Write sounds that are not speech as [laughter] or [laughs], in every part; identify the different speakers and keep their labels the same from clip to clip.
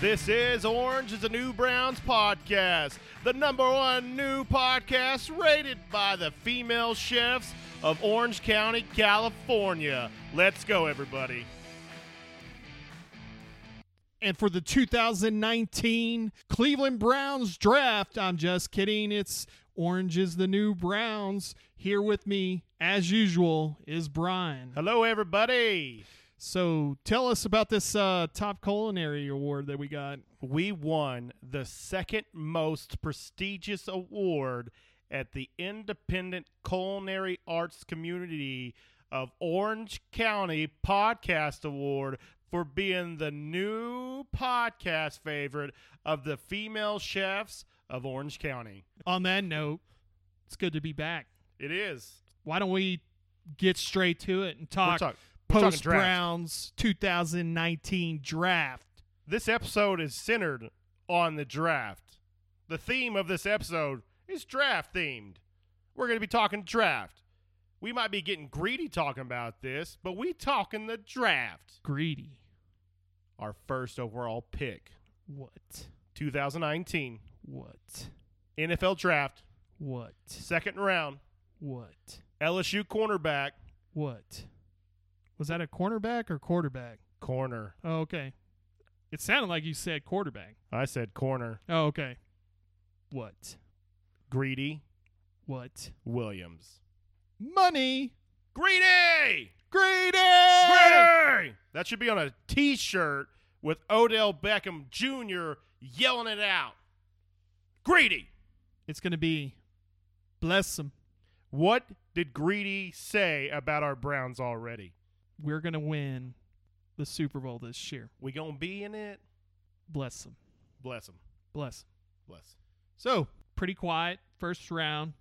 Speaker 1: This is Orange is the New Browns podcast, the number one new podcast rated by the female chefs of Orange County, California. Let's go, everybody.
Speaker 2: and for the 2019 Cleveland Browns draft. I'm just kidding. It's Orange is the New Browns. Here with me, as usual, is Brian.
Speaker 1: Hello, everybody.
Speaker 2: So tell us about this uh, top culinary award that we got.
Speaker 1: We won the second most prestigious award at the Independent Culinary Arts Community of Orange County Podcast Award for being the new podcast favorite of the female chefs of Orange County.
Speaker 2: On that note, it's good to be back.
Speaker 1: It is.
Speaker 2: Why don't we get straight to it and
Speaker 1: We're
Speaker 2: talk
Speaker 1: talk- we're talking
Speaker 2: post
Speaker 1: draft.
Speaker 2: Browns 2019 draft?
Speaker 1: This episode is centered on the draft. The theme of this episode is draft themed. We're going to be talking draft. We might be getting greedy talking about this, but we talking the draft.
Speaker 2: Greedy.
Speaker 1: Our first overall pick,
Speaker 2: What?
Speaker 1: 2019
Speaker 2: What?
Speaker 1: NFL draft,
Speaker 2: What?
Speaker 1: second round,
Speaker 2: What?
Speaker 1: LSU cornerback,
Speaker 2: What? Was that a cornerback or quarterback?
Speaker 1: corner.
Speaker 2: Oh, okay. It sounded like you said quarterback.
Speaker 1: I said corner.
Speaker 2: Oh, okay. What?
Speaker 1: Greedy
Speaker 2: What?
Speaker 1: Williams.
Speaker 2: Money.
Speaker 1: Greedy!
Speaker 2: Greedy.
Speaker 1: Greedy! That should be on a T-shirt with Odell Beckham Jr. yelling it out. Greedy.
Speaker 2: It's gonna be. Bless him.
Speaker 1: What did Greedy say about our Browns already?
Speaker 2: We're gonna win the Super Bowl this year.
Speaker 1: We gonna be in it?
Speaker 2: Bless him.
Speaker 1: Bless him.
Speaker 2: Bless him.
Speaker 1: Bless.
Speaker 2: So pretty quiet first round,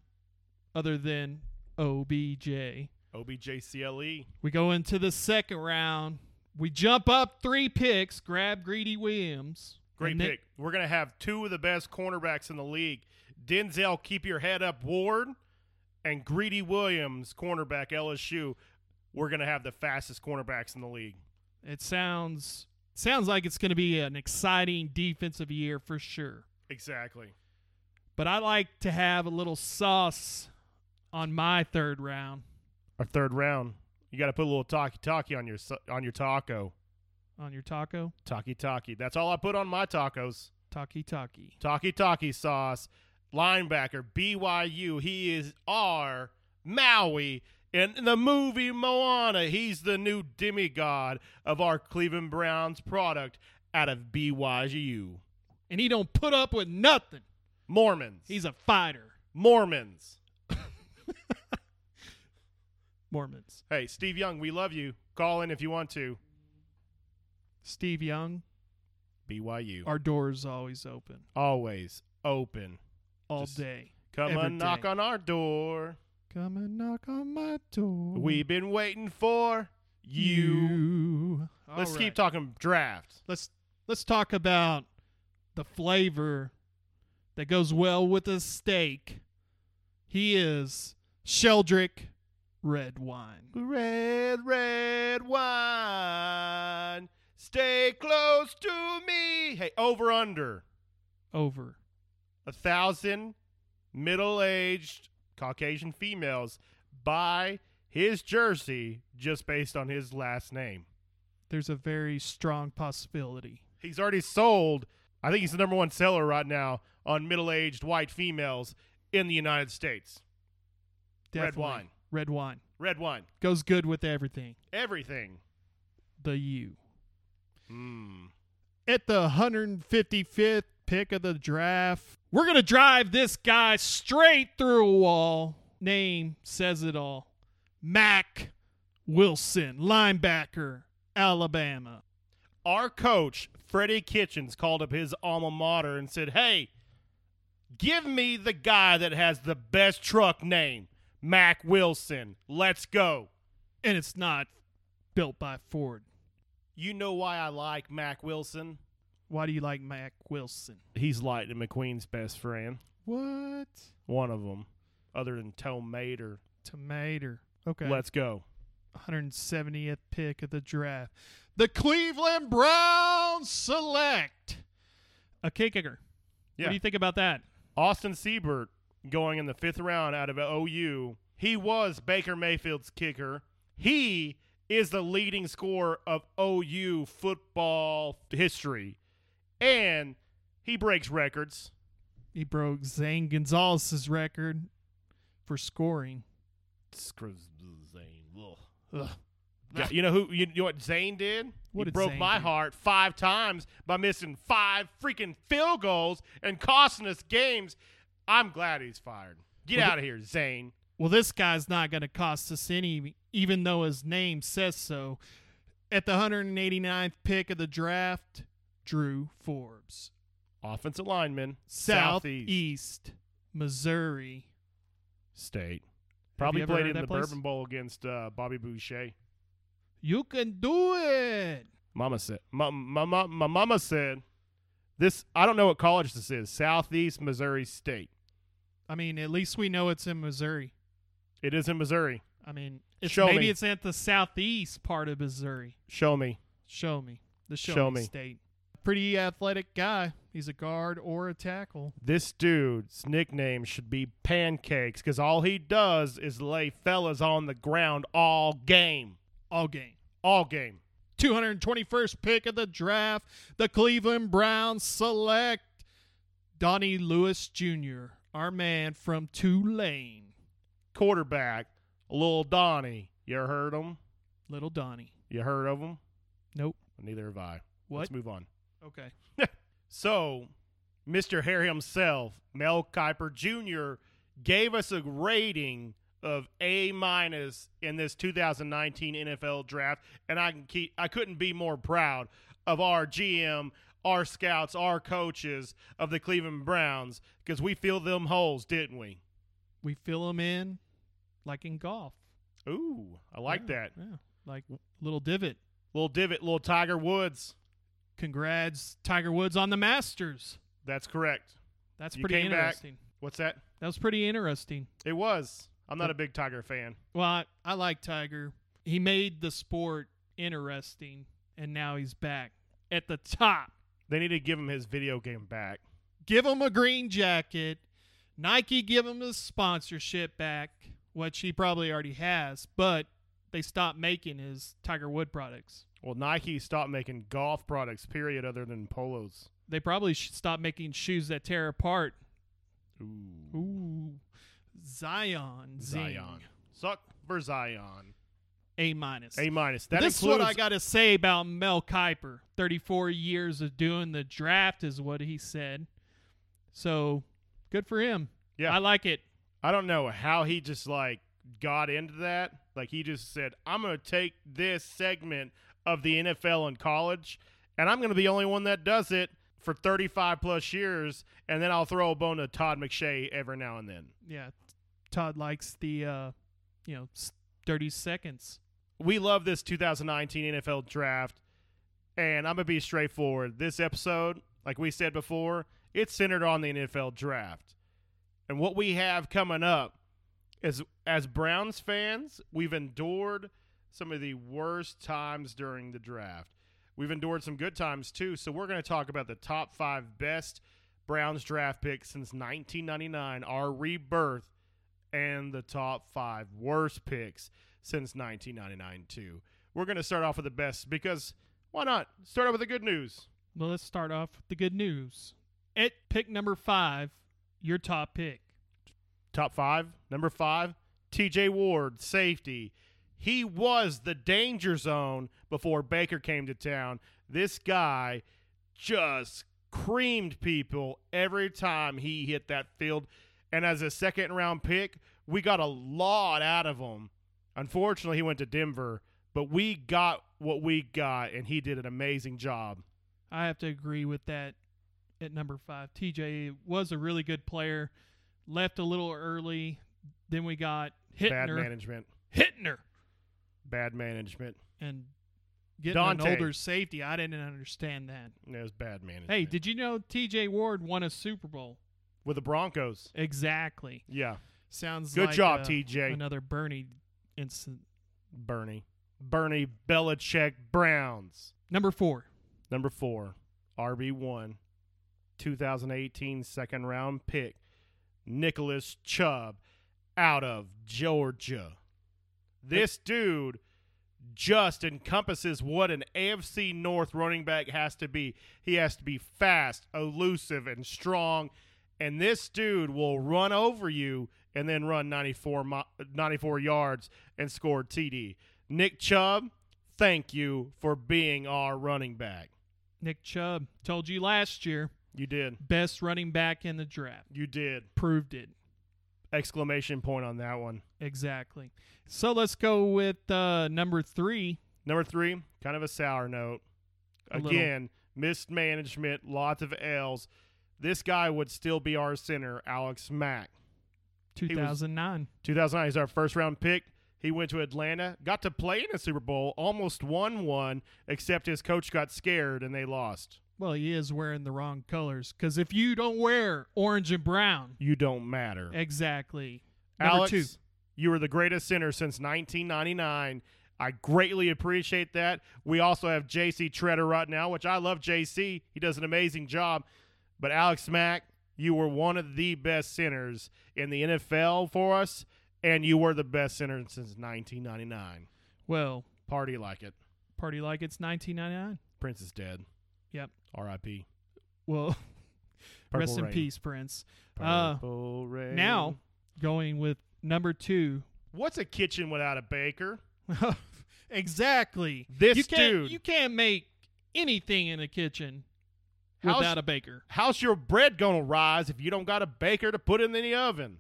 Speaker 2: other than OBJ.
Speaker 1: OBJCLE.
Speaker 2: We go into the second round. We jump up three picks, grab Greedy Williams.
Speaker 1: Great
Speaker 2: And then-
Speaker 1: pick. We're gonna have two of the best cornerbacks in the league. Denzel, keep your head up, Ward, and Greedy Williams, cornerback LSU. We're gonna have the fastest cornerbacks in the league.
Speaker 2: It sounds sounds like it's going to be an exciting defensive year for sure.
Speaker 1: Exactly.
Speaker 2: But I like to have a little sauce on my third round,
Speaker 1: our third round. You got to put a little talkie talkie on your su- on your taco.
Speaker 2: on your taco,
Speaker 1: Talkie talkie. That's all I put on my tacos.
Speaker 2: talkie talkie.
Speaker 1: Talkie talkie sauce. Linebacker BYU. He is our Maui. And in the movie Moana, he's the new demigod of our Cleveland Browns product out of BYU.
Speaker 2: And he don't put up with nothing.
Speaker 1: Mormons.
Speaker 2: He's a fighter.
Speaker 1: Mormons.
Speaker 2: Mormons.
Speaker 1: Hey, Steve Young, we love you. Call in if you want to.
Speaker 2: Steve Young,
Speaker 1: BYU.
Speaker 2: our door's always open
Speaker 1: Always open.
Speaker 2: all
Speaker 1: Just
Speaker 2: day.
Speaker 1: Come
Speaker 2: Every
Speaker 1: and knock
Speaker 2: day.
Speaker 1: on our door.
Speaker 2: Come and knock on my door.
Speaker 1: We've been waiting for Mm-hmm. you.
Speaker 2: All
Speaker 1: Let's
Speaker 2: right.
Speaker 1: keep talking draft.
Speaker 2: let's let's talk about the flavor that goes well with a steak. He is Sheldrick red wine.
Speaker 1: Red, red wine. Stay close to me. Hey, over under.
Speaker 2: Over.
Speaker 1: A thousand middle aged Caucasian females buy his jersey just based on his last name.
Speaker 2: There's a very strong possibility.
Speaker 1: He's already sold. I think he's the number one seller right now on middle aged white females in the United States. Red
Speaker 2: Definitely.
Speaker 1: wine.
Speaker 2: Red wine
Speaker 1: Red wine.
Speaker 2: goes good with everything.
Speaker 1: Everything.
Speaker 2: The U.
Speaker 1: Mm.
Speaker 2: At the 155th pick of the draft, we're going to drive this guy straight through a wall. Name says it all. Mac Wilson, linebacker, Alabama.
Speaker 1: our coach Freddie Kitchens called up his alma mater and said, "Hey, give me the guy that has the best truck name, Mac Wilson. Let's go."
Speaker 2: And it's not built by Ford.
Speaker 1: You know why I like Mac Wilson?
Speaker 2: Why do you like Mac Wilson?
Speaker 1: He's Lightning McQueen's best friend,
Speaker 2: What?
Speaker 1: one of them, other than Tom Mater.
Speaker 2: Tomato. Okay.
Speaker 1: Let's go.
Speaker 2: 170th pick of the draft. The Cleveland Browns select a kick kicker. What
Speaker 1: Yeah.
Speaker 2: do you think about that?
Speaker 1: Austin Siebert going in the fifth round out of OU. He was Baker Mayfield's kicker. He is the leading scorer of OU football history. And he breaks records.
Speaker 2: He broke Zane Gonzalez's record for scoring.
Speaker 1: Screws Zane. Ugh. Yeah, you know who you, you know what Zane did?
Speaker 2: What
Speaker 1: he
Speaker 2: did
Speaker 1: broke
Speaker 2: Zane
Speaker 1: my
Speaker 2: do?
Speaker 1: heart five times by missing five freaking field goals and costing us games. I'm glad he's fired. Get
Speaker 2: Well, the-
Speaker 1: out of here, Zane.
Speaker 2: Well, this guy's not going to cost us any, even though his name says so. At the 189th pick of the draft, Drew Forbes,
Speaker 1: Offensive lineman,
Speaker 2: Southeast, Missouri.
Speaker 1: State.
Speaker 2: Have
Speaker 1: Probably
Speaker 2: you ever
Speaker 1: played
Speaker 2: heard
Speaker 1: in
Speaker 2: that
Speaker 1: the
Speaker 2: place?
Speaker 1: Bourbon Bowl against uh, Bobby Boucher.
Speaker 2: You can do it.
Speaker 1: Mama said, my, my, my, my mama said, this, I don't know what college this is, Southeast Missouri State.
Speaker 2: I mean, at least we know it's in Missouri.
Speaker 1: It is in Missouri.
Speaker 2: I mean, it's,
Speaker 1: Show
Speaker 2: maybe
Speaker 1: me.
Speaker 2: it's at the southeast part of Missouri.
Speaker 1: Show me.
Speaker 2: Show me the show,
Speaker 1: Show
Speaker 2: me,
Speaker 1: me.
Speaker 2: state. Pretty athletic guy. He's a guard or a tackle.
Speaker 1: This dude's nickname should be Pancakes because all he does is lay fellas on the ground all game.
Speaker 2: All game.
Speaker 1: All game.
Speaker 2: 221st pick of the draft. The Cleveland Browns select Donnie Lewis Jr., our man from Tulane.
Speaker 1: Quarterback, Lil Donnie. You heard him?
Speaker 2: Little Donnie.
Speaker 1: You heard of him?
Speaker 2: Nope.
Speaker 1: Neither have I.
Speaker 2: What?
Speaker 1: Let's move on.
Speaker 2: Okay.
Speaker 1: So, Mr. Hair himself, Mel Kiper Jr., gave us a rating of A minus in this 2019 NFL draft, and I can keep I couldn't be more proud of our GM, our scouts, our coaches of the Cleveland Browns because we filled them holes, didn't we?
Speaker 2: We fill him in like in golf.
Speaker 1: Ooh, I like
Speaker 2: Yeah,
Speaker 1: that
Speaker 2: Yeah. Like little divot.
Speaker 1: little divot, little Tiger Woods.
Speaker 2: Congrats, Tiger Woods, on the Masters.
Speaker 1: That's correct.
Speaker 2: That's
Speaker 1: You
Speaker 2: pretty
Speaker 1: came back.
Speaker 2: interesting.
Speaker 1: What's that?
Speaker 2: That was pretty interesting.
Speaker 1: It was. I'm not a big Tiger fan.
Speaker 2: Well, I, I like Tiger. He made the sport interesting, and now he's back at the top.
Speaker 1: They need to give him his video game back.
Speaker 2: Give him a green jacket. Nike give him his sponsorship back, which he probably already has, but they stopped making his Tiger Wood products.
Speaker 1: Well, Nike stopped making golf products, period, other than polos.
Speaker 2: They probably should stop making shoes that tear apart.
Speaker 1: Ooh.
Speaker 2: Ooh. Zion. Zing.
Speaker 1: Zion. Suck for Zion.
Speaker 2: A minus.
Speaker 1: A minus. That
Speaker 2: this
Speaker 1: includes
Speaker 2: is what I got to say about Mel Kiper. 34 years of doing the draft is what he said. So good for him.
Speaker 1: Yeah.
Speaker 2: I like it.
Speaker 1: I don't know how he just like got into that. Like he just said, I'm gonna take this segment of the NFL and college, and I'm gonna be the only one that does it for 35 plus years, and then I'll throw a bone to Todd McShay every now and then.
Speaker 2: Yeah. Todd likes the, uh, you know, s- 30 seconds.
Speaker 1: we love this 2019 NFL draft, and I'm gonna be straightforward. This episode, like we said before, it's centered on the NFL draft, and what we have coming up is as Browns fans, we've endured some of the worst times during the draft. We've endured some good times too, so we're going to talk about the top five best Browns draft picks since 1999, our rebirth, and the top five worst picks since 1999 too. We're going to start off with the best because why not? Start off with the good news.
Speaker 2: Well, let's start off with the good news. At pick number five, your top pick.
Speaker 1: Top five, number five, T.J. Ward, safety. He was the danger zone before Baker came to town. This guy just creamed people every time he hit that field. And as a second round pick, we got a lot out of him. Unfortunately, he went to Denver, but we got what we got, and he did an amazing job.
Speaker 2: I have to agree with that at number five. TJ was a really good player, left a little early. Then we got
Speaker 1: Bad
Speaker 2: Hittner.
Speaker 1: management.
Speaker 2: Hittner.
Speaker 1: Bad management.
Speaker 2: and getting an
Speaker 1: Dante.
Speaker 2: older safety. I didn't understand that.
Speaker 1: It was bad management.
Speaker 2: Hey, did you know T.J. Ward won a Super Bowl?
Speaker 1: with the Broncos.
Speaker 2: Exactly.
Speaker 1: Yeah,
Speaker 2: Sounds
Speaker 1: Good
Speaker 2: like,
Speaker 1: job,
Speaker 2: uh,
Speaker 1: TJ.
Speaker 2: Another Bernie incident.
Speaker 1: Bernie, Bernie Belichick Browns.
Speaker 2: Number four,
Speaker 1: Number four, RB one, 2018 second round pick, Nicholas Chubb out of Georgia. This dude just encompasses what an AFC North running back has to be. He has to be fast, elusive, and strong. And this dude will run over you and then run 94, mi- 94 yards and score TD. Nick Chubb, thank you for being our running back.
Speaker 2: Nick Chubb told you last year,
Speaker 1: You did.
Speaker 2: best running back in the draft.
Speaker 1: You did.
Speaker 2: Proved it.
Speaker 1: Exclamation point on that one.
Speaker 2: Exactly. So let's go with uh, number three.
Speaker 1: Number three, kind of a sour note.
Speaker 2: A little.
Speaker 1: Again, mismanagement, lots of L's. This guy would still be our center, Alex Mack.
Speaker 2: 2009.
Speaker 1: 2009 he's our first round pick. He went to Atlanta, got to play in a Super Bowl, almost won one, except his coach got scared and they lost.
Speaker 2: well, he is wearing the wrong colors because if you don't wear orange and brown,
Speaker 1: You don't matter.
Speaker 2: exactly.
Speaker 1: Alex,
Speaker 2: Number two.
Speaker 1: you were the greatest center since 1999. I greatly appreciate that. We also have JC Treader right now, which I love JC. He does an amazing job. But Alex Mack, you were one of the best centers in the NFL for us, and you were the best center since 1999.
Speaker 2: Well,
Speaker 1: Party like it.
Speaker 2: party like it's 1999.
Speaker 1: Prince is dead.
Speaker 2: Yep.
Speaker 1: R.I.P.
Speaker 2: Well, [laughs]
Speaker 1: Purple
Speaker 2: rest in
Speaker 1: Rain.
Speaker 2: peace, Prince. Uh,
Speaker 1: Purple rain.
Speaker 2: Now, going with number two.
Speaker 1: what's a kitchen without a baker?
Speaker 2: [laughs] exactly.
Speaker 1: This
Speaker 2: you can't,
Speaker 1: dude.
Speaker 2: You can't make anything in a kitchen
Speaker 1: How's-
Speaker 2: without a baker.
Speaker 1: How's your bread gonna rise if you don't got a baker to put in the oven?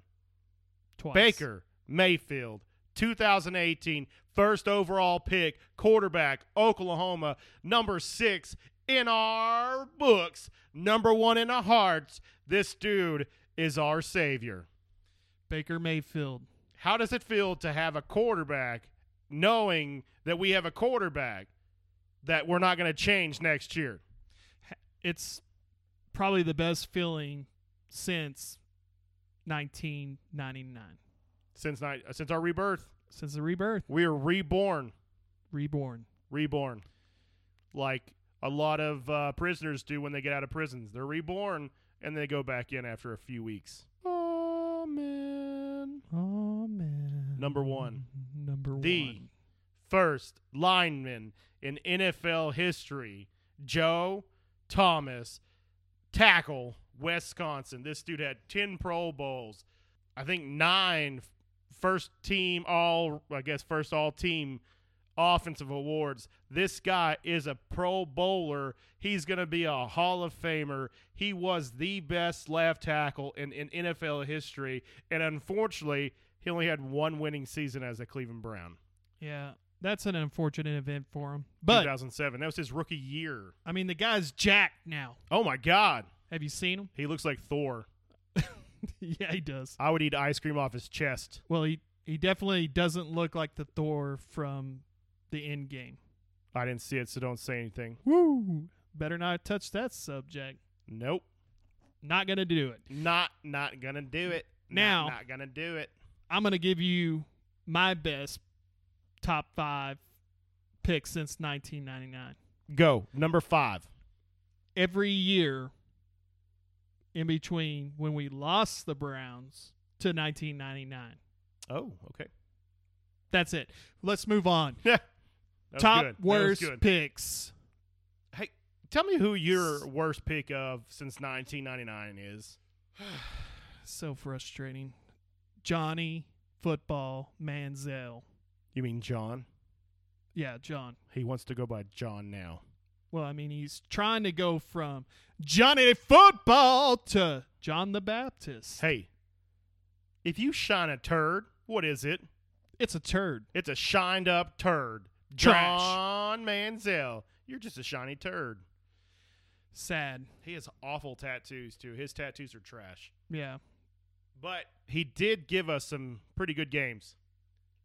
Speaker 2: Twice.
Speaker 1: Baker Mayfield, 2018, first overall pick, quarterback, Oklahoma, number six in our books, number one in our hearts. This dude is our savior.
Speaker 2: Baker Mayfield.
Speaker 1: How does it feel to have a quarterback knowing that we have a quarterback that we're not going to change next year?
Speaker 2: It's probably the best feeling since 1999,
Speaker 1: Since night, since our rebirth,
Speaker 2: since the rebirth,
Speaker 1: we are reborn.
Speaker 2: reborn.
Speaker 1: reborn like a lot of uh, prisoners do when they get out of prisons they're reborn and they go back in after a few weeks Amen.
Speaker 2: Oh man.
Speaker 1: Number one.
Speaker 2: Number
Speaker 1: The
Speaker 2: one.
Speaker 1: first lineman in nfl history joe thomas tackle wisconsin this dude had 10 pro bowls i think nine f- first team all i guess first all team offensive awards. This guy is a Pro Bowler. He's going to be a Hall of Famer. He was the best left tackle in, in NFL history. And unfortunately, he only had one winning season as a Cleveland Brown.
Speaker 2: Yeah, that's an unfortunate event for him. But
Speaker 1: 2007. That was his rookie year.
Speaker 2: I mean, the guy's jacked now.
Speaker 1: Oh, my God.
Speaker 2: Have you seen him?
Speaker 1: He looks like Thor.
Speaker 2: [laughs] yeah, he does.
Speaker 1: I would eat ice cream off his chest.
Speaker 2: Well, he he definitely doesn't look like the Thor from the end game.
Speaker 1: I didn't see it, so don't say anything.
Speaker 2: Woo! Better not touch that subject.
Speaker 1: Nope.
Speaker 2: Not gonna do it.
Speaker 1: Not, not going to do it. Not-
Speaker 2: Now-
Speaker 1: Not, going to do it.
Speaker 2: I'm gonna give you my best top five picks since 1999.
Speaker 1: Go. Number five.
Speaker 2: Every year, in between when we lost the Browns to 1999.
Speaker 1: Oh, okay. [laughs]
Speaker 2: That's it. Let's move on.
Speaker 1: Yeah. That was
Speaker 2: top
Speaker 1: good. That was
Speaker 2: worst
Speaker 1: good.
Speaker 2: picks.
Speaker 1: Hey, tell me who your worst pick of since 1999 is.
Speaker 2: So frustrating. Johnny Football Manziel.
Speaker 1: You mean John?
Speaker 2: Yeah, John.
Speaker 1: He wants to go by John now.
Speaker 2: Well, I mean, he's trying to go from Johnny Football to John the Baptist.
Speaker 1: Hey, if you shine a turd, what is it?
Speaker 2: It's a turd.
Speaker 1: It's a shined up turd.
Speaker 2: Trash.
Speaker 1: John Manziel. You're just a shiny turd.
Speaker 2: Sad.
Speaker 1: He has awful tattoos, too. His tattoos are trash.
Speaker 2: Yeah.
Speaker 1: But he did give us some pretty good games.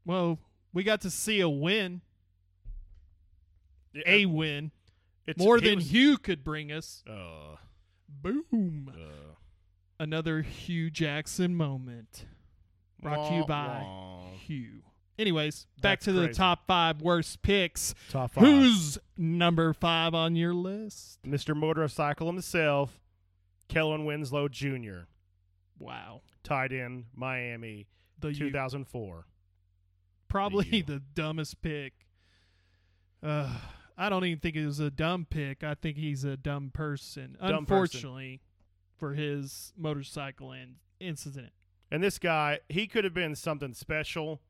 Speaker 2: Well, we got to see a win, a win,
Speaker 1: It's-
Speaker 2: more
Speaker 1: he
Speaker 2: than
Speaker 1: was-
Speaker 2: Hugh could bring us.
Speaker 1: Uh,
Speaker 2: Boom.
Speaker 1: uh.
Speaker 2: Another Hugh Jackson moment. Brought to you
Speaker 1: Wah,
Speaker 2: by
Speaker 1: wah.
Speaker 2: Hugh. Anyways, back
Speaker 1: That's
Speaker 2: to the
Speaker 1: crazy.
Speaker 2: top five worst picks.
Speaker 1: Top
Speaker 2: Who's number five on your list?
Speaker 1: Mr. Motorcycle himself, Kellen Winslow Jr.
Speaker 2: Wow.
Speaker 1: tied in Miami
Speaker 2: The U.
Speaker 1: 2004.
Speaker 2: Probably
Speaker 1: U.
Speaker 2: [laughs] the dumbest pick. Uh, I don't even think it was a dumb pick. I think he's a dumb person.
Speaker 1: person.
Speaker 2: Unfortunately, for his motorcycle and incident.
Speaker 1: And this guy, he could have been something special,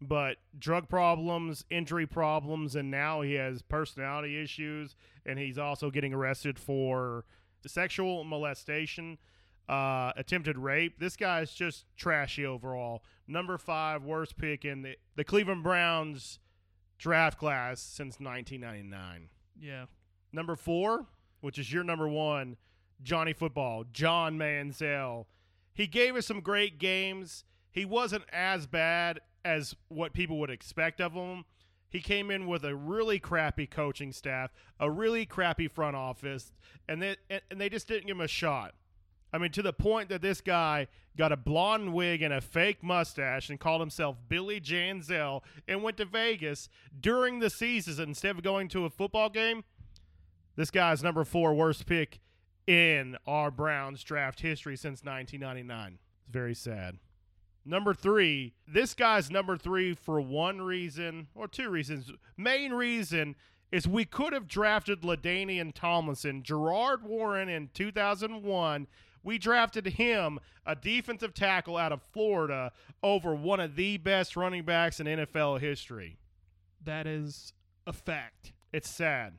Speaker 1: but drug problems, injury problems, and now he has personality issues, and he's also getting arrested for sexual molestation, uh, attempted rape. This guy is just trashy overall. Number five, worst pick in the, the Cleveland Browns draft class since 1999.
Speaker 2: Yeah.
Speaker 1: Number four, which is your number one, Johnny Football, John Mansell. He gave us some great games. He wasn't as bad as what people would expect of him. He came in with a really crappy coaching staff, a really crappy front office, and they and and they just didn't give him a shot. I mean, to the point that this guy got a blonde wig and a fake mustache and called himself Billy Janzel and went to Vegas during the season instead of going to a football game. This guy's number four worst pick in our Browns draft history since 1999. It's very sad. Number three, this guy's number three for one reason or two reasons. Main reason is we could have drafted Ladanian Tomlinson, Gerard Warren in 2001. We drafted him, a defensive tackle out of Florida, over one of the best running backs in NFL history.
Speaker 2: That is a fact.
Speaker 1: It's sad.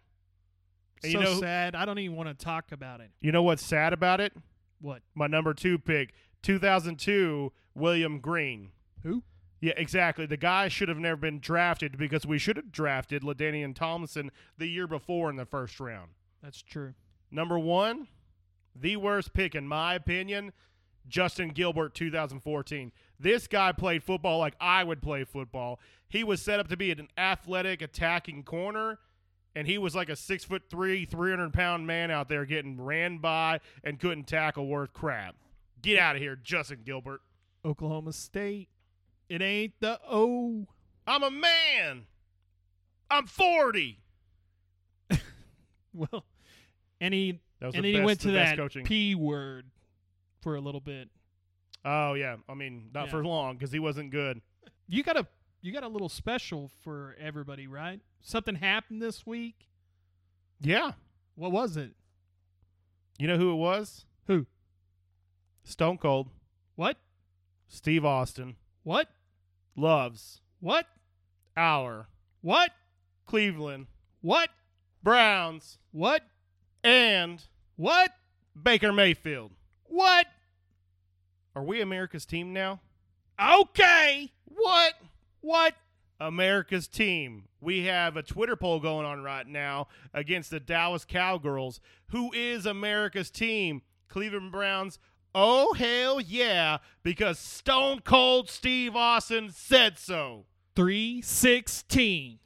Speaker 2: So
Speaker 1: And you know who-
Speaker 2: sad. I don't even want to talk about it.
Speaker 1: You know what's sad about it?
Speaker 2: What?
Speaker 1: my number two pick, 2002, William Green.
Speaker 2: Who?
Speaker 1: Yeah, exactly. The guy should have never been drafted because we should have drafted Ladanian Tomlinson the year before in the first round.
Speaker 2: That's true.
Speaker 1: Number one, the worst pick in my opinion, Justin Gilbert, 2014. This guy played football like I would play football. He was set up to be an athletic attacking corner, and he was like a six foot three, 300 pound man out there getting ran by and couldn't tackle worth crap. Get out of here, Justin Gilbert.
Speaker 2: Oklahoma State. It ain't the O.
Speaker 1: I'm a man. I'm 40.
Speaker 2: Well, and he
Speaker 1: That was
Speaker 2: and
Speaker 1: the best,
Speaker 2: then he went to
Speaker 1: the best
Speaker 2: that
Speaker 1: coaching.
Speaker 2: P word for a little bit.
Speaker 1: oh, yeah. I mean, not
Speaker 2: Yeah.
Speaker 1: for long because he wasn't good.
Speaker 2: You got a you got a little special for everybody, right? Something happened this week.
Speaker 1: Yeah.
Speaker 2: What was it?
Speaker 1: You know who it was?
Speaker 2: Who?
Speaker 1: Stone Cold.
Speaker 2: What?
Speaker 1: Steve Austin
Speaker 2: What?
Speaker 1: loves
Speaker 2: What?
Speaker 1: our
Speaker 2: What?
Speaker 1: Cleveland
Speaker 2: What?
Speaker 1: Browns
Speaker 2: What?
Speaker 1: and
Speaker 2: What?
Speaker 1: Baker Mayfield.
Speaker 2: What?
Speaker 1: Are we America's team now?
Speaker 2: Okay. What? What?
Speaker 1: America's team. We have a Twitter poll going on right now against the Dallas Cowgirls. Who is America's team? Cleveland Browns. Oh, hell yeah, because Stone Cold Steve Austin said so.
Speaker 2: 316.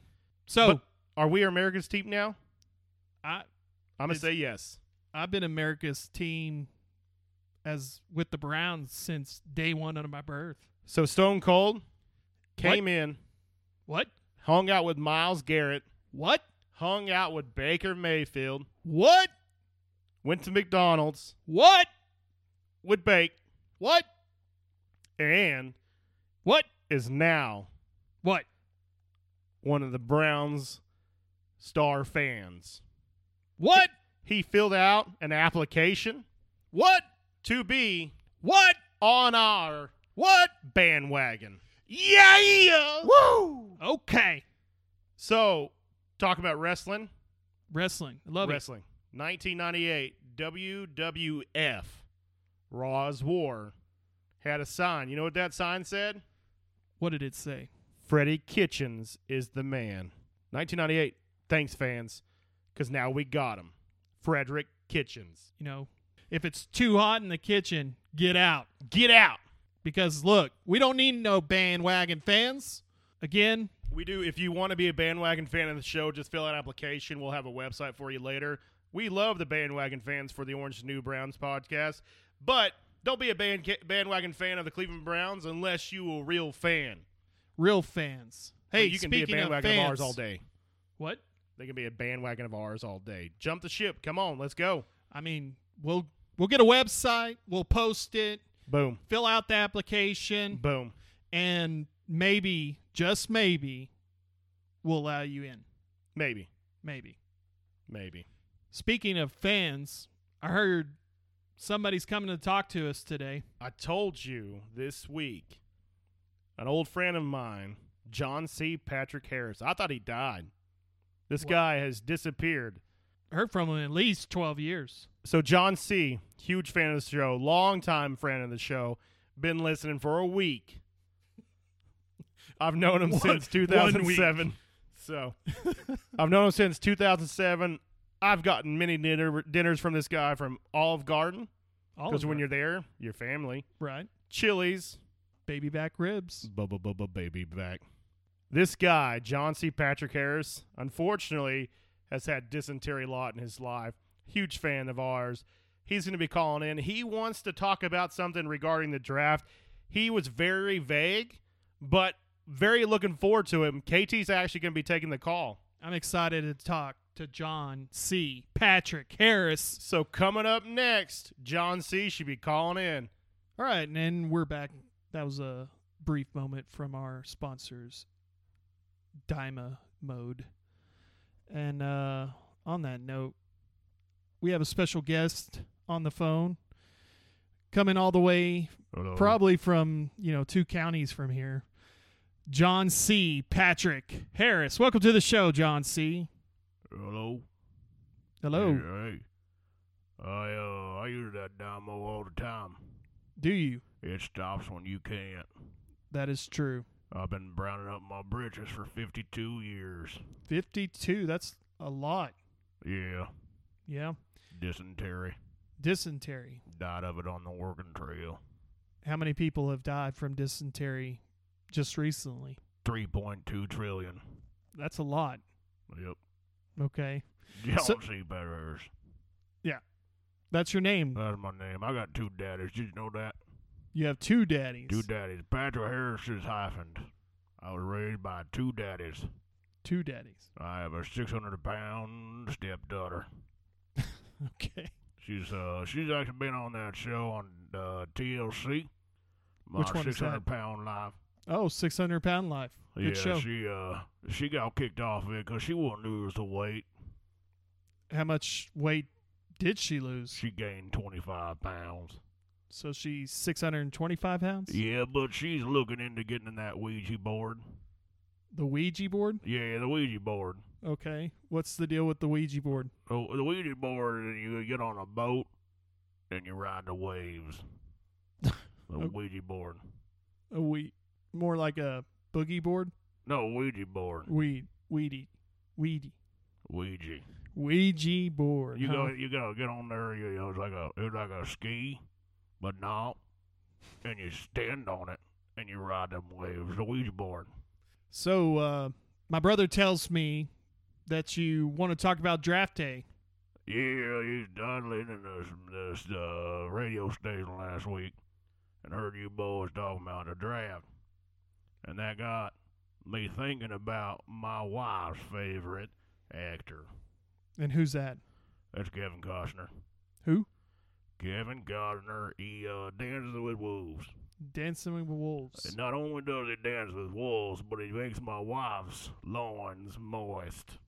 Speaker 2: So,
Speaker 1: But- Are we America's team now?
Speaker 2: I
Speaker 1: I'm going to
Speaker 2: It's-
Speaker 1: say yes.
Speaker 2: I've been America's team as with the Browns since day 1 of my birth.
Speaker 1: So Stone Cold came in,
Speaker 2: What?
Speaker 1: hung out with Miles Garrett,
Speaker 2: What?
Speaker 1: hung out with Baker Mayfield,
Speaker 2: What?
Speaker 1: went to McDonald's,
Speaker 2: What?
Speaker 1: would bake,
Speaker 2: What?
Speaker 1: and
Speaker 2: What?
Speaker 1: is now
Speaker 2: What?
Speaker 1: one of the Browns star fans.
Speaker 2: What?
Speaker 1: He filled out an application
Speaker 2: What?
Speaker 1: to be
Speaker 2: What?
Speaker 1: on our
Speaker 2: What?
Speaker 1: bandwagon.
Speaker 2: Yeah! yeah. Woo! Okay.
Speaker 1: So, talk about wrestling.
Speaker 2: Wrestling. I love
Speaker 1: wrestling. 1998 WWF Raw's War had a sign. You know what that sign said?
Speaker 2: it. What did it say?
Speaker 1: Freddie Kitchens is the man. 1998. Thanks, fans, because now we got him. Frederick Kitchens.
Speaker 2: You know, if it's too hot in the kitchen, get out.
Speaker 1: Get out.
Speaker 2: Because look, we don't need no bandwagon fans. Again,
Speaker 1: We do. If you want to be a bandwagon fan of the show, just fill out an application. We'll have a website for you later. We love the bandwagon fans for the Orange is the New Browns podcast, but don't be a band- bandwagon fan of the Cleveland Browns unless you a real fan.
Speaker 2: real fans. Hey,
Speaker 1: But you can be a
Speaker 2: speaking of
Speaker 1: bandwagon of,
Speaker 2: fans-
Speaker 1: ours all day.
Speaker 2: What?
Speaker 1: They can be a bandwagon of ours all day. Jump the ship. Come on, let's go.
Speaker 2: I mean, we'll We'll get a website. We'll post it.
Speaker 3: Boom.
Speaker 2: Fill out the application,
Speaker 3: Boom.
Speaker 2: and maybe, just maybe, we'll allow you in.
Speaker 3: Maybe.
Speaker 2: Maybe.
Speaker 3: Maybe.
Speaker 2: Speaking of fans, I heard somebody's coming to talk to us today.
Speaker 3: I told you this week, an old friend of mine, John C. Patrick Harris. I thought he died. This
Speaker 2: Wha-
Speaker 3: guy has disappeared.
Speaker 2: Heard from him in at least twelve years.
Speaker 3: So John C, huge fan of the show, longtime friend of the show, been listening for a
Speaker 2: [laughs]
Speaker 3: week. I've known him
Speaker 2: One-
Speaker 3: since
Speaker 2: one week.
Speaker 3: 2007. So I've known him since 2007. I've gotten many dinner, dinners from this guy from Olive Garden
Speaker 2: All
Speaker 3: because
Speaker 2: of
Speaker 3: when
Speaker 2: her.
Speaker 3: you're there, your family,
Speaker 2: right,
Speaker 3: Chili's,
Speaker 2: baby back ribs.
Speaker 3: Bubba Bubba Baby back. This guy, John C. Patrick Harris, unfortunately has had dysentery a lot in his life. Huge fan of ours. He's going to be calling in. He wants to talk about something regarding the draft. He was very vague, but very looking forward to him. KT's actually going to be taking the call.
Speaker 2: I'm excited to talk to John C. Patrick Harris.
Speaker 3: So coming up next, John C. should be calling in.
Speaker 2: All right, and then we're back. That was a brief moment from our sponsors, Dyma Mode. And uh, on that note, we have a special guest on the phone coming all the way,
Speaker 1: Oh.
Speaker 2: probably from, you know, two counties from here. John C. Patrick Harris. Welcome to the show, John C.
Speaker 1: Hello.
Speaker 2: Hello.
Speaker 1: Hey, hey. I uh I use that dynamo all the time.
Speaker 2: Do you?
Speaker 1: It stops when you can't.
Speaker 2: That is true.
Speaker 1: I've been browning up my britches for fifty two years.
Speaker 2: 52. That's a lot.
Speaker 1: Yeah.
Speaker 2: Yeah.
Speaker 1: Dysentery.
Speaker 2: Dysentery.
Speaker 1: Died of it on the working trail.
Speaker 2: How many people have died from dysentery just recently?
Speaker 1: Three point two trillion.
Speaker 2: That's a lot.
Speaker 1: Yep.
Speaker 2: Okay.
Speaker 1: John
Speaker 2: So-
Speaker 1: C. Patterers.
Speaker 2: That's your name.
Speaker 1: That's my name. I got two daddies. Did you know that?
Speaker 2: You have two daddies.
Speaker 1: Two daddies. Patrick Harris is hyphened. I was raised by two daddies.
Speaker 2: Two daddies. [laughs]
Speaker 1: I have a six hundred pound stepdaughter.
Speaker 2: Okay.
Speaker 1: She's uh she's actually been on that show on uh, TLC. My
Speaker 2: Which one is
Speaker 1: Six
Speaker 2: that?
Speaker 1: hundred pound life.
Speaker 2: Oh, 600 pound life. Good
Speaker 1: yeah,
Speaker 2: show.
Speaker 1: she uh she got kicked off it because she wouldn't lose the weight.
Speaker 2: How much weight did she lose?
Speaker 1: She gained twenty five pounds.
Speaker 2: so she's 625 pounds?
Speaker 1: Yeah, but she's looking into getting in that Ouija board.
Speaker 2: The Ouija board?
Speaker 1: Yeah, the Ouija board.
Speaker 2: Okay. What's the deal with the Ouija board?
Speaker 1: Oh, the Ouija board, and you get on a boat and you ride the
Speaker 2: [laughs]
Speaker 1: waves. The
Speaker 2: Oh.
Speaker 1: Ouija board.
Speaker 2: A we more like a boogie board?
Speaker 1: No, Ouija board.
Speaker 2: Weed. Weedy. Weedy.
Speaker 1: Ouija.
Speaker 2: Ouija board.
Speaker 1: You
Speaker 2: huh?
Speaker 1: go, you go, get on there. You know, it's like a, it's like a ski, but not. And you stand on it and you ride them waves. The Ouija board.
Speaker 2: So, uh, my brother tells me that you want to talk about draft day.
Speaker 1: Yeah, he's done listening to this, this uh, radio station last week, and heard you boys talking about the draft, and that got me thinking about my wife's favorite actor.
Speaker 2: And who's that?
Speaker 1: That's Kevin Costner.
Speaker 2: Who?
Speaker 1: Kevin Costner, he uh, dances with wolves.
Speaker 2: Dancing with Wolves.
Speaker 1: And not only does he dance with wolves, but he makes my wife's loins moist.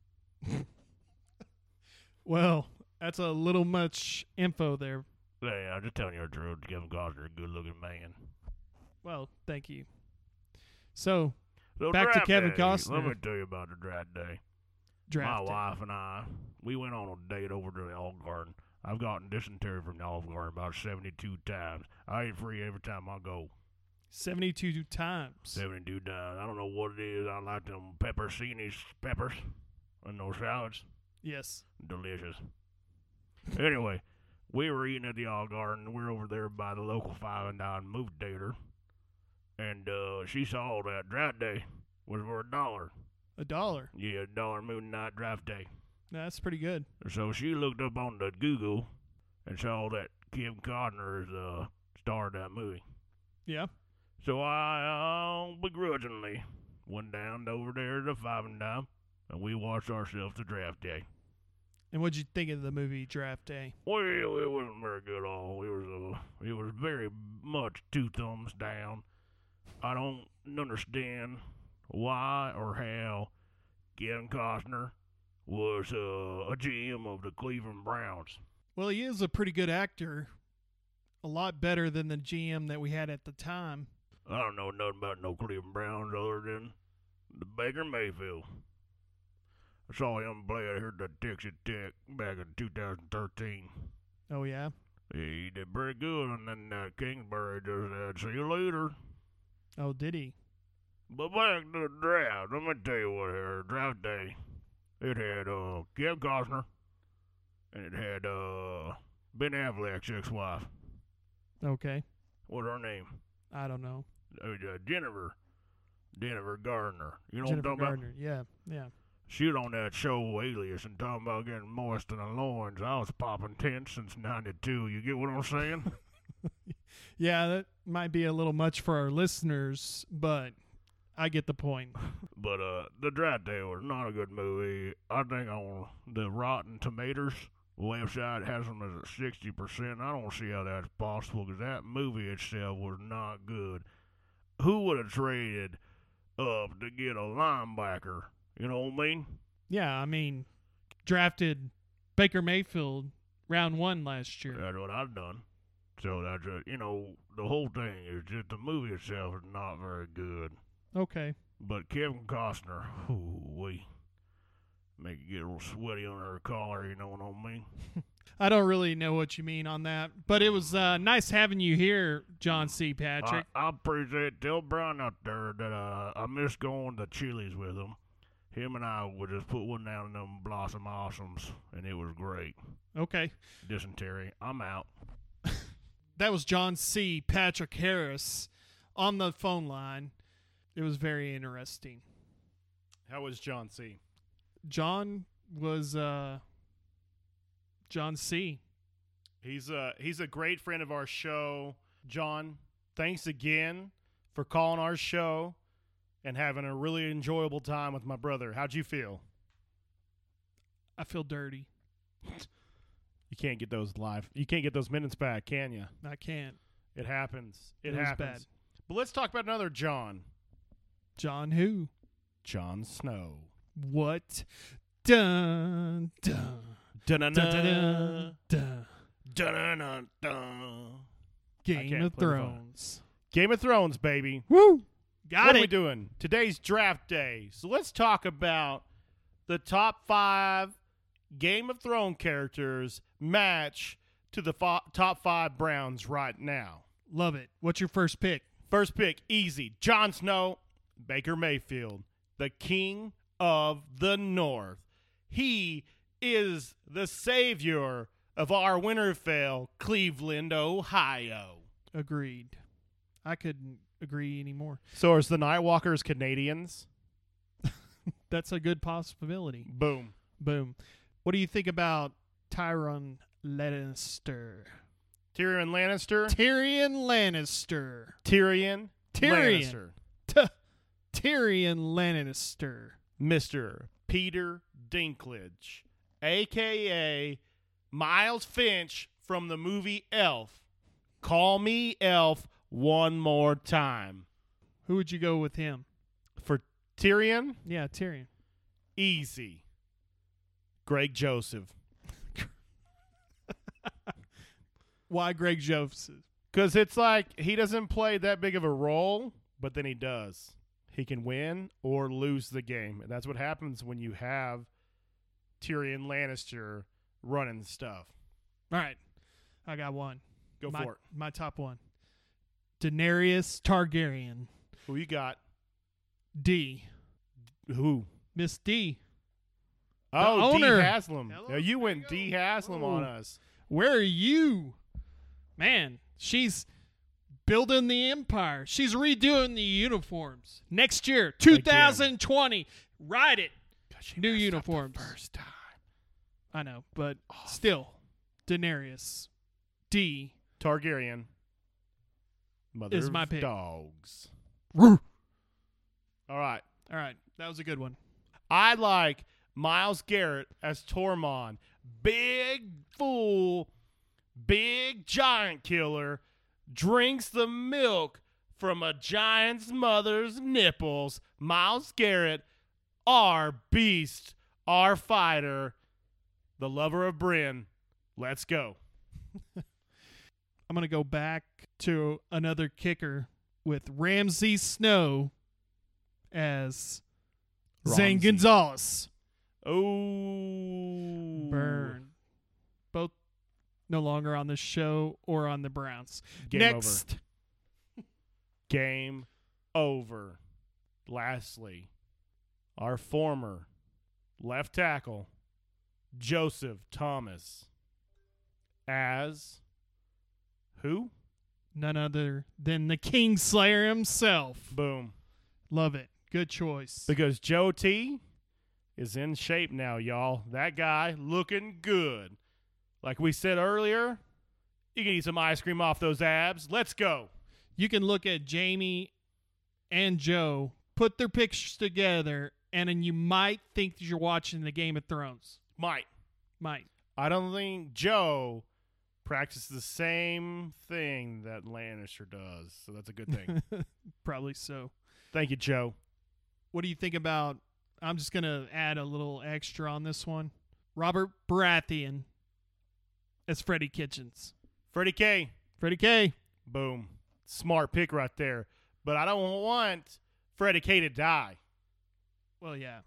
Speaker 2: Well, that's a little much info there.
Speaker 1: Yeah, I'm just telling you the truth. Kevin Costner, a good-looking man.
Speaker 2: Well, thank you. So,
Speaker 1: So
Speaker 2: Back to
Speaker 1: draft
Speaker 2: Kevin
Speaker 1: day,
Speaker 2: Costner.
Speaker 1: Let me tell you about the draft day.
Speaker 2: draft
Speaker 1: my
Speaker 2: day.
Speaker 1: wife and I, we went on a date over to the Olive Garden. I've gotten dysentery from the Olive Garden about 72 times. I eat free every time I go.
Speaker 2: 72 times.
Speaker 1: 72 times. I don't know what it is. I like them pepperoncinis peppers and those salads.
Speaker 2: Yes.
Speaker 1: delicious. anyway, we were eating at the Olive Garden. We were over there by the local five and nine movie theater, and uh, she saw that draft day was for a dollar.
Speaker 2: A dollar.
Speaker 1: Yeah, a dollar movie night draft day.
Speaker 2: Now, that's pretty good.
Speaker 1: So she looked up on the Google and saw that Kim Costner is uh, starred that movie.
Speaker 2: Yeah.
Speaker 1: So I uh, begrudgingly went down over there to five and nine, and we watched ourselves the draft day.
Speaker 2: And what'd you think of the movie Draft Day?
Speaker 1: Well, it wasn't very good at all. It was a, it was very much two thumbs down. I don't understand why or how Kevin Costner was uh, a GM of the Cleveland Browns.
Speaker 2: Well, he is a pretty good actor. A lot better than the GM that we had at the time.
Speaker 1: I don't know nothing about no Cleveland Browns other than the Baker Mayfield. I saw him play out here at the Texas Tech back in 2013.
Speaker 2: Oh yeah.
Speaker 1: He did pretty good, and then uh, Kingsbury just said, "See you later."
Speaker 2: Oh, did he?
Speaker 1: But back to the draft. Let me tell you what here. Draft day. It had uh Kevin Costner, and it had uh Ben Affleck's ex-wife.
Speaker 2: Okay.
Speaker 1: What's her name?
Speaker 2: I don't know.
Speaker 1: Uh, Jennifer. Jennifer Gardner. You know
Speaker 2: Jennifer
Speaker 1: what I'm talking
Speaker 2: Gardner. Yeah, yeah.
Speaker 1: about? She was on that show Alias and talking about getting moist in the loins. I was popping tents since '92. You get what I'm saying?
Speaker 2: Yeah, that might be a little much for our listeners, but I get the point.
Speaker 1: But uh, the Draft Day was not a good movie. I think on the Rotten Tomatoes website has them as at sixty percent. I don't see how that's possible because that movie itself was not good. Who would have traded up to get a linebacker? You know what I mean?
Speaker 2: Yeah, I mean, drafted Baker Mayfield round one last year.
Speaker 1: That's what I've done. So that's a, you know the whole thing is just the movie itself is not very good.
Speaker 2: Okay.
Speaker 1: But Kevin Costner, ooh we make you get a little sweaty under her collar. You know what I mean?
Speaker 2: I don't really know what you mean on that, but it was uh, nice having you here, John C. Patrick.
Speaker 1: I, I appreciate tell Brian out there that uh, I miss going to Chili's with him. Him and I would just put one down in them Blossom Awesomes, and it was great.
Speaker 2: okay.
Speaker 1: Dysentery. I'm out.
Speaker 2: That was John C. Patrick Harris on the phone line. It was very interesting.
Speaker 4: How was John C?
Speaker 2: John was uh, John C.
Speaker 4: He's a he's a great friend of our show, John. Thanks again for calling our show and having a really enjoyable time with my brother. How'd you feel?
Speaker 2: I feel dirty.
Speaker 4: You can't get those live. You can't get those minutes back, can you?
Speaker 2: I can't.
Speaker 4: It happens. It,
Speaker 2: It was
Speaker 4: happens.
Speaker 2: bad.
Speaker 4: But let's talk about another John.
Speaker 2: John who?
Speaker 4: John Snow.
Speaker 2: What? Dun dun dun dun dun. dun.
Speaker 4: Dun-dun-dun-dun.
Speaker 2: Game
Speaker 4: can't
Speaker 2: of
Speaker 4: play the phone.
Speaker 2: Thrones.
Speaker 4: Game of Thrones, baby.
Speaker 2: Woo!
Speaker 4: what
Speaker 2: Got
Speaker 4: are we
Speaker 2: it.
Speaker 4: doing? Today's draft day. So let's talk about the top five Game of Thrones characters match to the fo- top five Browns right now.
Speaker 2: Love it. What's your first pick?
Speaker 4: First pick, easy. Jon Snow, Baker Mayfield, the king of the North. He is the savior of our Winterfell, Cleveland, Ohio.
Speaker 2: Agreed. I couldn't agree anymore.
Speaker 4: So is the Nightwalkers Canadians?
Speaker 2: That's a good possibility.
Speaker 4: Boom.
Speaker 2: Boom. What do you think about Tyron Lannister?
Speaker 4: Tyrion Lannister.
Speaker 2: Tyrion Lannister.
Speaker 4: Tyrion.
Speaker 2: Tyrion.
Speaker 4: Lannister.
Speaker 2: T- Tyrion Lannister.
Speaker 4: Mr. Peter Dinklage, aka Miles Finch from the movie Elf. Call me Elf one more time.
Speaker 2: Who would you go with him?
Speaker 4: For Tyrion,
Speaker 2: Yeah, Tyrion.
Speaker 4: easy. Greg Joseph.
Speaker 2: Why Greg Joseph?
Speaker 4: Because it's like he doesn't play that big of a role, but then he does. He can win or lose the game. And that's what happens when you have Tyrion Lannister running stuff.
Speaker 2: All right. I got one.
Speaker 4: Go
Speaker 2: my,
Speaker 4: for it.
Speaker 2: My top one. Daenerys Targaryen.
Speaker 4: Who you got?
Speaker 2: D.
Speaker 4: Who?
Speaker 2: Miss D.
Speaker 4: Oh, D
Speaker 2: owner.
Speaker 4: Haslam.
Speaker 2: Hello,
Speaker 4: Now, you
Speaker 2: there you
Speaker 4: went
Speaker 2: go.
Speaker 4: D Haslam on
Speaker 2: Oh.
Speaker 4: us.
Speaker 2: Where are you? Man, she's building the empire. She's redoing the uniforms. Next year, 2020. Ride it. New uniforms.
Speaker 4: First time.
Speaker 2: I know, but still. Daenerys. D.
Speaker 4: Targaryen. Mother
Speaker 2: Is my
Speaker 4: of
Speaker 2: pick.
Speaker 4: dogs.
Speaker 2: All
Speaker 4: All right.
Speaker 2: right. That was a good one.
Speaker 4: I like Miles Garrett as Tormon. Big fool, big giant killer, drinks the milk from a giant's mother's nipples. Miles Garrett, our beast, our fighter, the lover of Bryn. Let's go.
Speaker 2: I'm going to go back to another kicker with Ramsey Snow as Zane
Speaker 4: Ramsey.
Speaker 2: Gonzalez.
Speaker 4: Oh,
Speaker 2: Burn. Both no longer on the show or on the Browns.
Speaker 4: Game over.
Speaker 2: Next.
Speaker 4: Game over. Lastly, our former left tackle, Joseph Thomas, as who?
Speaker 2: None other than the Kingslayer himself.
Speaker 4: Boom.
Speaker 2: Love it. Good choice.
Speaker 4: Because Joe T is in shape now, y'all. That guy looking good. Like we said earlier, you can eat some ice cream off those abs. Let's go.
Speaker 2: you can look at Jamie and Joe, put their pictures together, and then you might think that you're watching the Game of Thrones.
Speaker 4: Mike.
Speaker 2: Might.
Speaker 4: I don't think Joe practices the same thing that Lannister does, so that's a good
Speaker 2: [laughs]
Speaker 4: thing.
Speaker 2: Probably so.
Speaker 4: Thank you, Joe.
Speaker 2: What do you think about? I'm just going to add a little extra on this one. Robert Baratheon as Freddie Kitchens.
Speaker 4: Freddie K.
Speaker 2: Freddie K.
Speaker 4: Boom. Smart pick right there. But I don't want Freddie K to die.
Speaker 2: Well, yeah.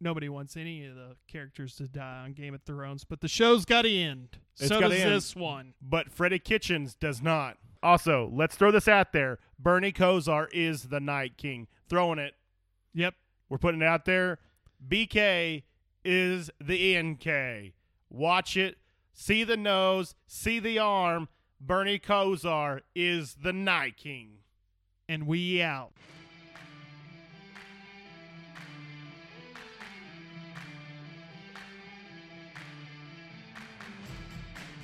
Speaker 2: Nobody wants any of the characters to die on Game of Thrones, but the show's got to end.
Speaker 4: It's
Speaker 2: so
Speaker 4: gotta
Speaker 2: does
Speaker 4: end.
Speaker 2: this one.
Speaker 4: But Freddie Kitchens does not. Also, let's throw this out there. Bernie Kosar is the Night King. Throwing it.
Speaker 2: Yep.
Speaker 4: We're putting it out there. BK is the NK. Watch it. See the nose. See the arm. Bernie Kosar is the Night King.
Speaker 2: And we out.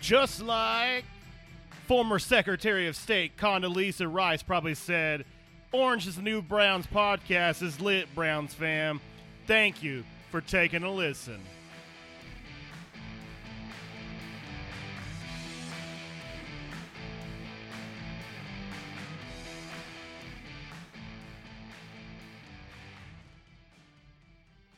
Speaker 4: Just like former Secretary of State Condoleezza Rice probably said, Orange is the New Browns podcast is lit, Browns fam. Thank you for taking a listen.